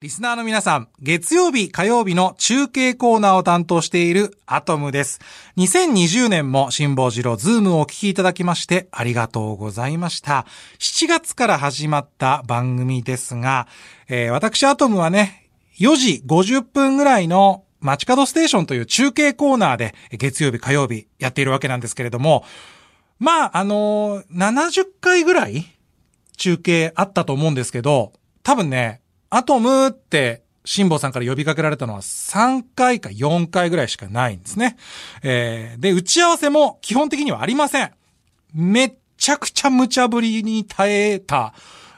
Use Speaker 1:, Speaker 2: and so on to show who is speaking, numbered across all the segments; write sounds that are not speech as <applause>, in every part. Speaker 1: リスナーの皆さん、月曜日、火曜日の中継コーナーを担当しているアトムです。2020年も辛坊治郎ズームをお聞きいただきましてありがとうございました。7月から始まった番組ですが、えー私アトムはね、4時50分ぐらいの街角ステーションという中継コーナーで月曜日、火曜日やっているわけなんですけれども、まあ、あのー70回ぐらい中継あったと思うんですけど、多分ね、アトムって、辛坊さんから呼びかけられたのは3回か4回ぐらいしかないんですね。えー、で、打ち合わせも基本的にはありません。めっちゃくちゃ無茶ぶりに耐えた、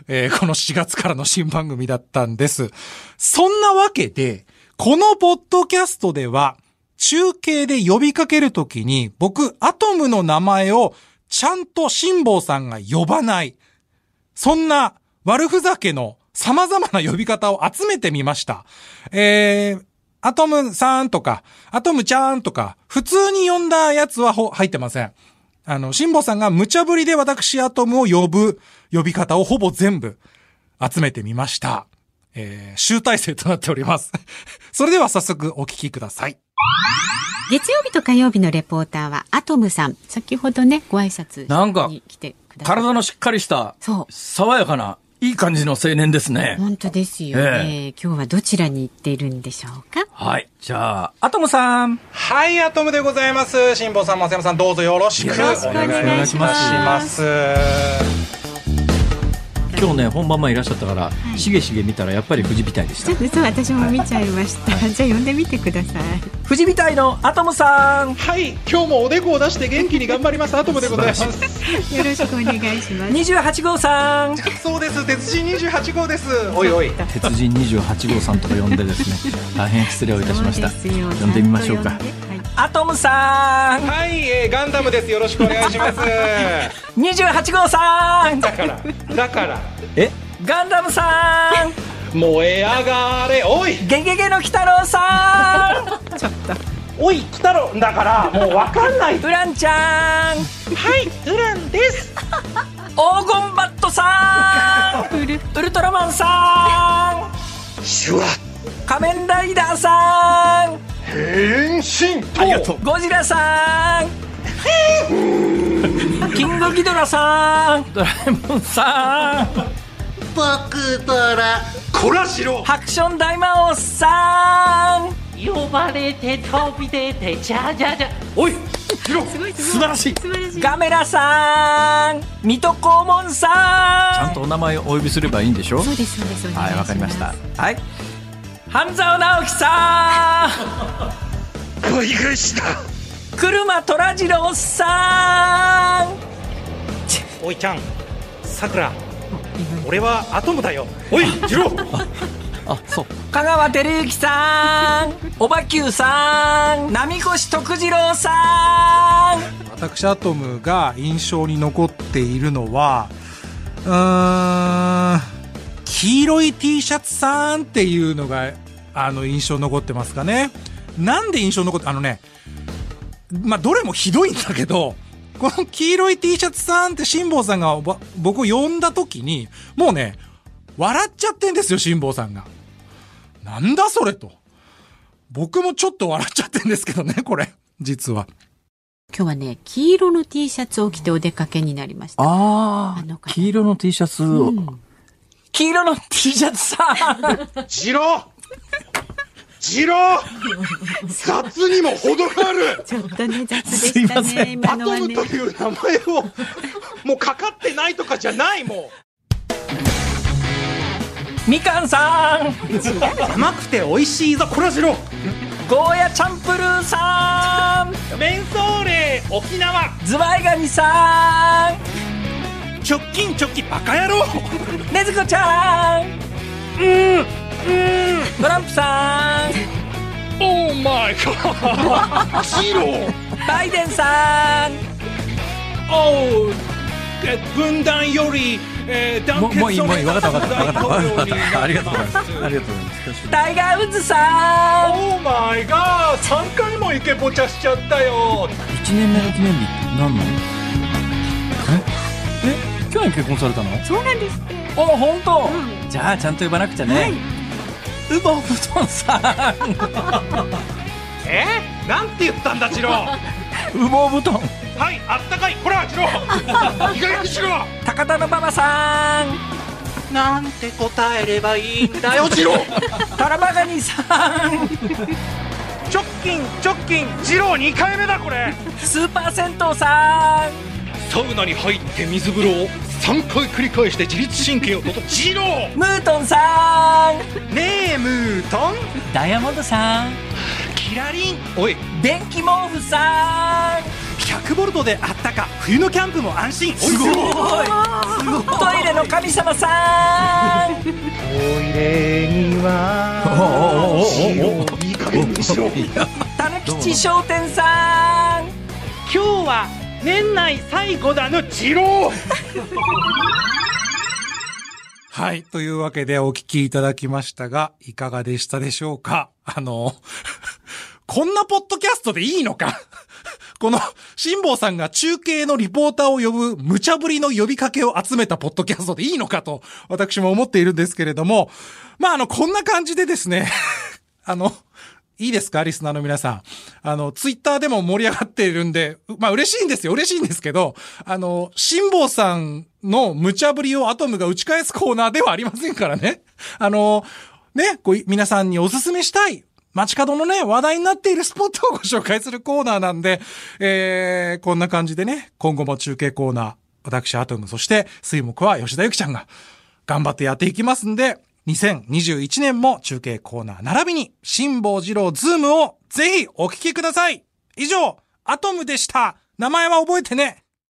Speaker 1: えーこの4月からの新番組だったんです。そんなわけで、このポッドキャストでは、中継で呼びかけるときに、僕、アトムの名前を、ちゃんと辛坊さんが呼ばない。そんな悪ふざけの様々な呼び方を集めてみました。えー、アトムさんとか、アトムちゃんとか、普通に呼んだやつはほ入ってません。あの、辛坊さんが無茶ぶりで私アトムを呼ぶ呼び方をほぼ全部集めてみました。えー、集大成となっております。 <laughs> それでは早速お聞きください。
Speaker 2: 月曜日と火曜日のレポーターはアトムさん。先ほどね、ご挨拶
Speaker 3: なんか
Speaker 2: に来てください。
Speaker 3: 体のしっかりした、
Speaker 2: そう
Speaker 3: 爽やかな、いい感じの青年ですね。
Speaker 2: 本当ですよね、今日はどちらに行っているんでしょうか
Speaker 3: はい。じゃあ、アトムさん。
Speaker 1: はい、アトムでございます。辛坊さん、松山さん、どうぞよろしくお
Speaker 3: よろしくお
Speaker 1: 願
Speaker 3: 願
Speaker 1: い
Speaker 3: い
Speaker 1: し
Speaker 3: し
Speaker 1: ま。
Speaker 3: ます今日ね、本番前いらっしゃったから、しげしげ見たらやっぱり富士みたいでし
Speaker 2: ちょ
Speaker 3: た
Speaker 2: <laughs> っ。とそう私も見ちゃいました。 <laughs> じゃあ呼んでみてください。
Speaker 3: 富士みたいのアトムさん。
Speaker 4: はい、今日もおでこを出して元気に頑張ります。アトムでございます。
Speaker 2: よろしくお願いします。
Speaker 3: 28号さん。
Speaker 4: <laughs> そうです、鉄人二十八号です。おいおい。
Speaker 3: 鉄人28号さんとか呼んでです
Speaker 2: <laughs>
Speaker 3: ね、大変失礼をいたしました。
Speaker 2: そうですよ
Speaker 3: 呼んでみましょうか
Speaker 2: ちゃんと。呼んではい
Speaker 3: アトムさん。
Speaker 4: はい、えーガンダムです。よろしくお願いし <laughs> ます。
Speaker 3: 28号さん。
Speaker 4: だから、だ <laughs> から、
Speaker 3: えガンダムさん。
Speaker 4: 燃え上がれ、おい、
Speaker 3: ゲゲゲの鬼太郎さ
Speaker 4: おい、来たろ、だから、もうわかんない。
Speaker 3: ん。ウランちゃん。
Speaker 4: はい、ウランです。
Speaker 3: 黄金バットさんウルトラマンさ
Speaker 4: シュワ、
Speaker 3: ん仮面ライダーさん
Speaker 4: 変身。ありがとう。
Speaker 3: ゴジラさんキングギドラさんドラえもんさん
Speaker 5: 僕ドラ
Speaker 4: こらしろ。
Speaker 3: ハクション大魔王さん
Speaker 6: 呼ばれて飛び出てじゃじゃじゃ
Speaker 3: おい
Speaker 2: すごいすごい
Speaker 3: 素晴らしい
Speaker 2: 素晴らしい。
Speaker 3: ガメラさん水戸黄門さんちゃんとお名前をお呼びすればいいんでしょ
Speaker 2: そうですそうです。お願
Speaker 3: はいいわかりました
Speaker 2: し
Speaker 3: はい半沢直樹さん
Speaker 4: ごいぐした。
Speaker 3: 車虎次郎さん
Speaker 4: おいちゃん、さくら。俺はアトムだよ。おい、ジロー。
Speaker 3: 香川照之さんおばきゅうさん波越徳次郎さん
Speaker 1: 私アトムが印象に残っているのはうーん黄色い T シャツさんっていうのがあの印象に残ってますかねなんで印象に残ってあのねまあどれもひどいんだけどこの黄色い T シャツさんって辛坊さんがおば僕を呼んだ時にもうね笑っちゃってんですよ辛坊さんがなんだそれと僕もちょっと笑っちゃってんですけどねこれ実は
Speaker 2: 今日はね、黄色の T シャツを着てお出かけになりました。
Speaker 3: あ
Speaker 2: あの方
Speaker 3: 黄色の T シャツを、黄色の T シャツさん
Speaker 4: ジロー。ジロー。雑にも程がある。
Speaker 2: ちょっとね雑でした
Speaker 3: <laughs> すいませ
Speaker 2: ね。今
Speaker 4: ア
Speaker 2: の
Speaker 4: ト
Speaker 2: は
Speaker 4: ム
Speaker 2: ね
Speaker 4: と。いう名前 <laughs> を、もうかかってないとかじゃない、も
Speaker 3: みかんさん
Speaker 4: う。甘くて美味しいぞ、こらしろ。
Speaker 3: ゴーヤチャンプルーさん
Speaker 4: メンソーレ、沖縄。
Speaker 3: ズワイガニさん
Speaker 4: 直近直近、バカ野郎。
Speaker 3: ねずこちゃんうんうんトランプさん
Speaker 4: オーマイ
Speaker 3: <laughs>
Speaker 4: ガー。ジロー。
Speaker 3: バイデンさん
Speaker 4: おう。え分断より、えー、団結
Speaker 2: <laughs>
Speaker 3: <laughs> ありがとうございます。タイガーウッズさん。
Speaker 4: オーマイガー、3回もイケポチャしちゃったよ。
Speaker 3: 一年目の記念日って何なの？え？え？去年結婚されたの？
Speaker 2: そうなんですって。
Speaker 3: あ、本当。じゃあちゃんと呼ばなくちゃね。ウボ布団さん
Speaker 4: えー、なんて言ったんだ <laughs> 次郎は
Speaker 3: 羽毛布団
Speaker 4: いあったかいこら次郎いい加減にしろ
Speaker 3: 高田の馬場さん
Speaker 5: なんて答えればいいん
Speaker 3: <laughs>
Speaker 5: だよ、ジロー
Speaker 3: タラバガニさん
Speaker 4: 直近直近次郎2回目だこれ
Speaker 3: スーパー銭湯さ
Speaker 4: サウナに入って水風呂を3回繰り返して自律神経を整え次郎
Speaker 3: んムートンさん
Speaker 4: ネームートン
Speaker 3: ダイヤモンドさん
Speaker 4: キラリンおい
Speaker 3: 電気毛布さん
Speaker 4: 100ボルトであったか冬のキャンプも安心すごい
Speaker 3: トイレの神様さん
Speaker 5: いい加減にしろ
Speaker 3: たぬきち商店さん
Speaker 4: 今日は年内最後だの次郎
Speaker 1: はい。というわけでお聞きいただきましたが、いかがでしたでしょうかあの、こんなポッドキャストでいいのか <laughs> この、辛坊さんが中継のリポーターを呼ぶ無茶ぶりの呼びかけを集めたポッドキャストでいいのかと、私も思っているんですけれども、まあ、あの、こんな感じでですね、 <laughs> あの、いいですかリスナーの皆さん。あの、ツイッターでも盛り上がっているんで、うまあ嬉しいんですよ。嬉しいんですけど、あの、辛坊さんの無茶ぶりをアトムが打ち返すコーナーではありませんからね。あの、ね、こうい、皆さんにお勧めしたい。街角のね、話題になっているスポットをご紹介するコーナーなんで、えー、こんな感じでね、今後も中継コーナー、私、アトム、そして、水木は吉田ゆきちゃんが、頑張ってやっていきますんで、2021年も中継コーナー並びに、辛坊二郎ズームをぜひお聞きください以上、アトムでした名前は覚えてね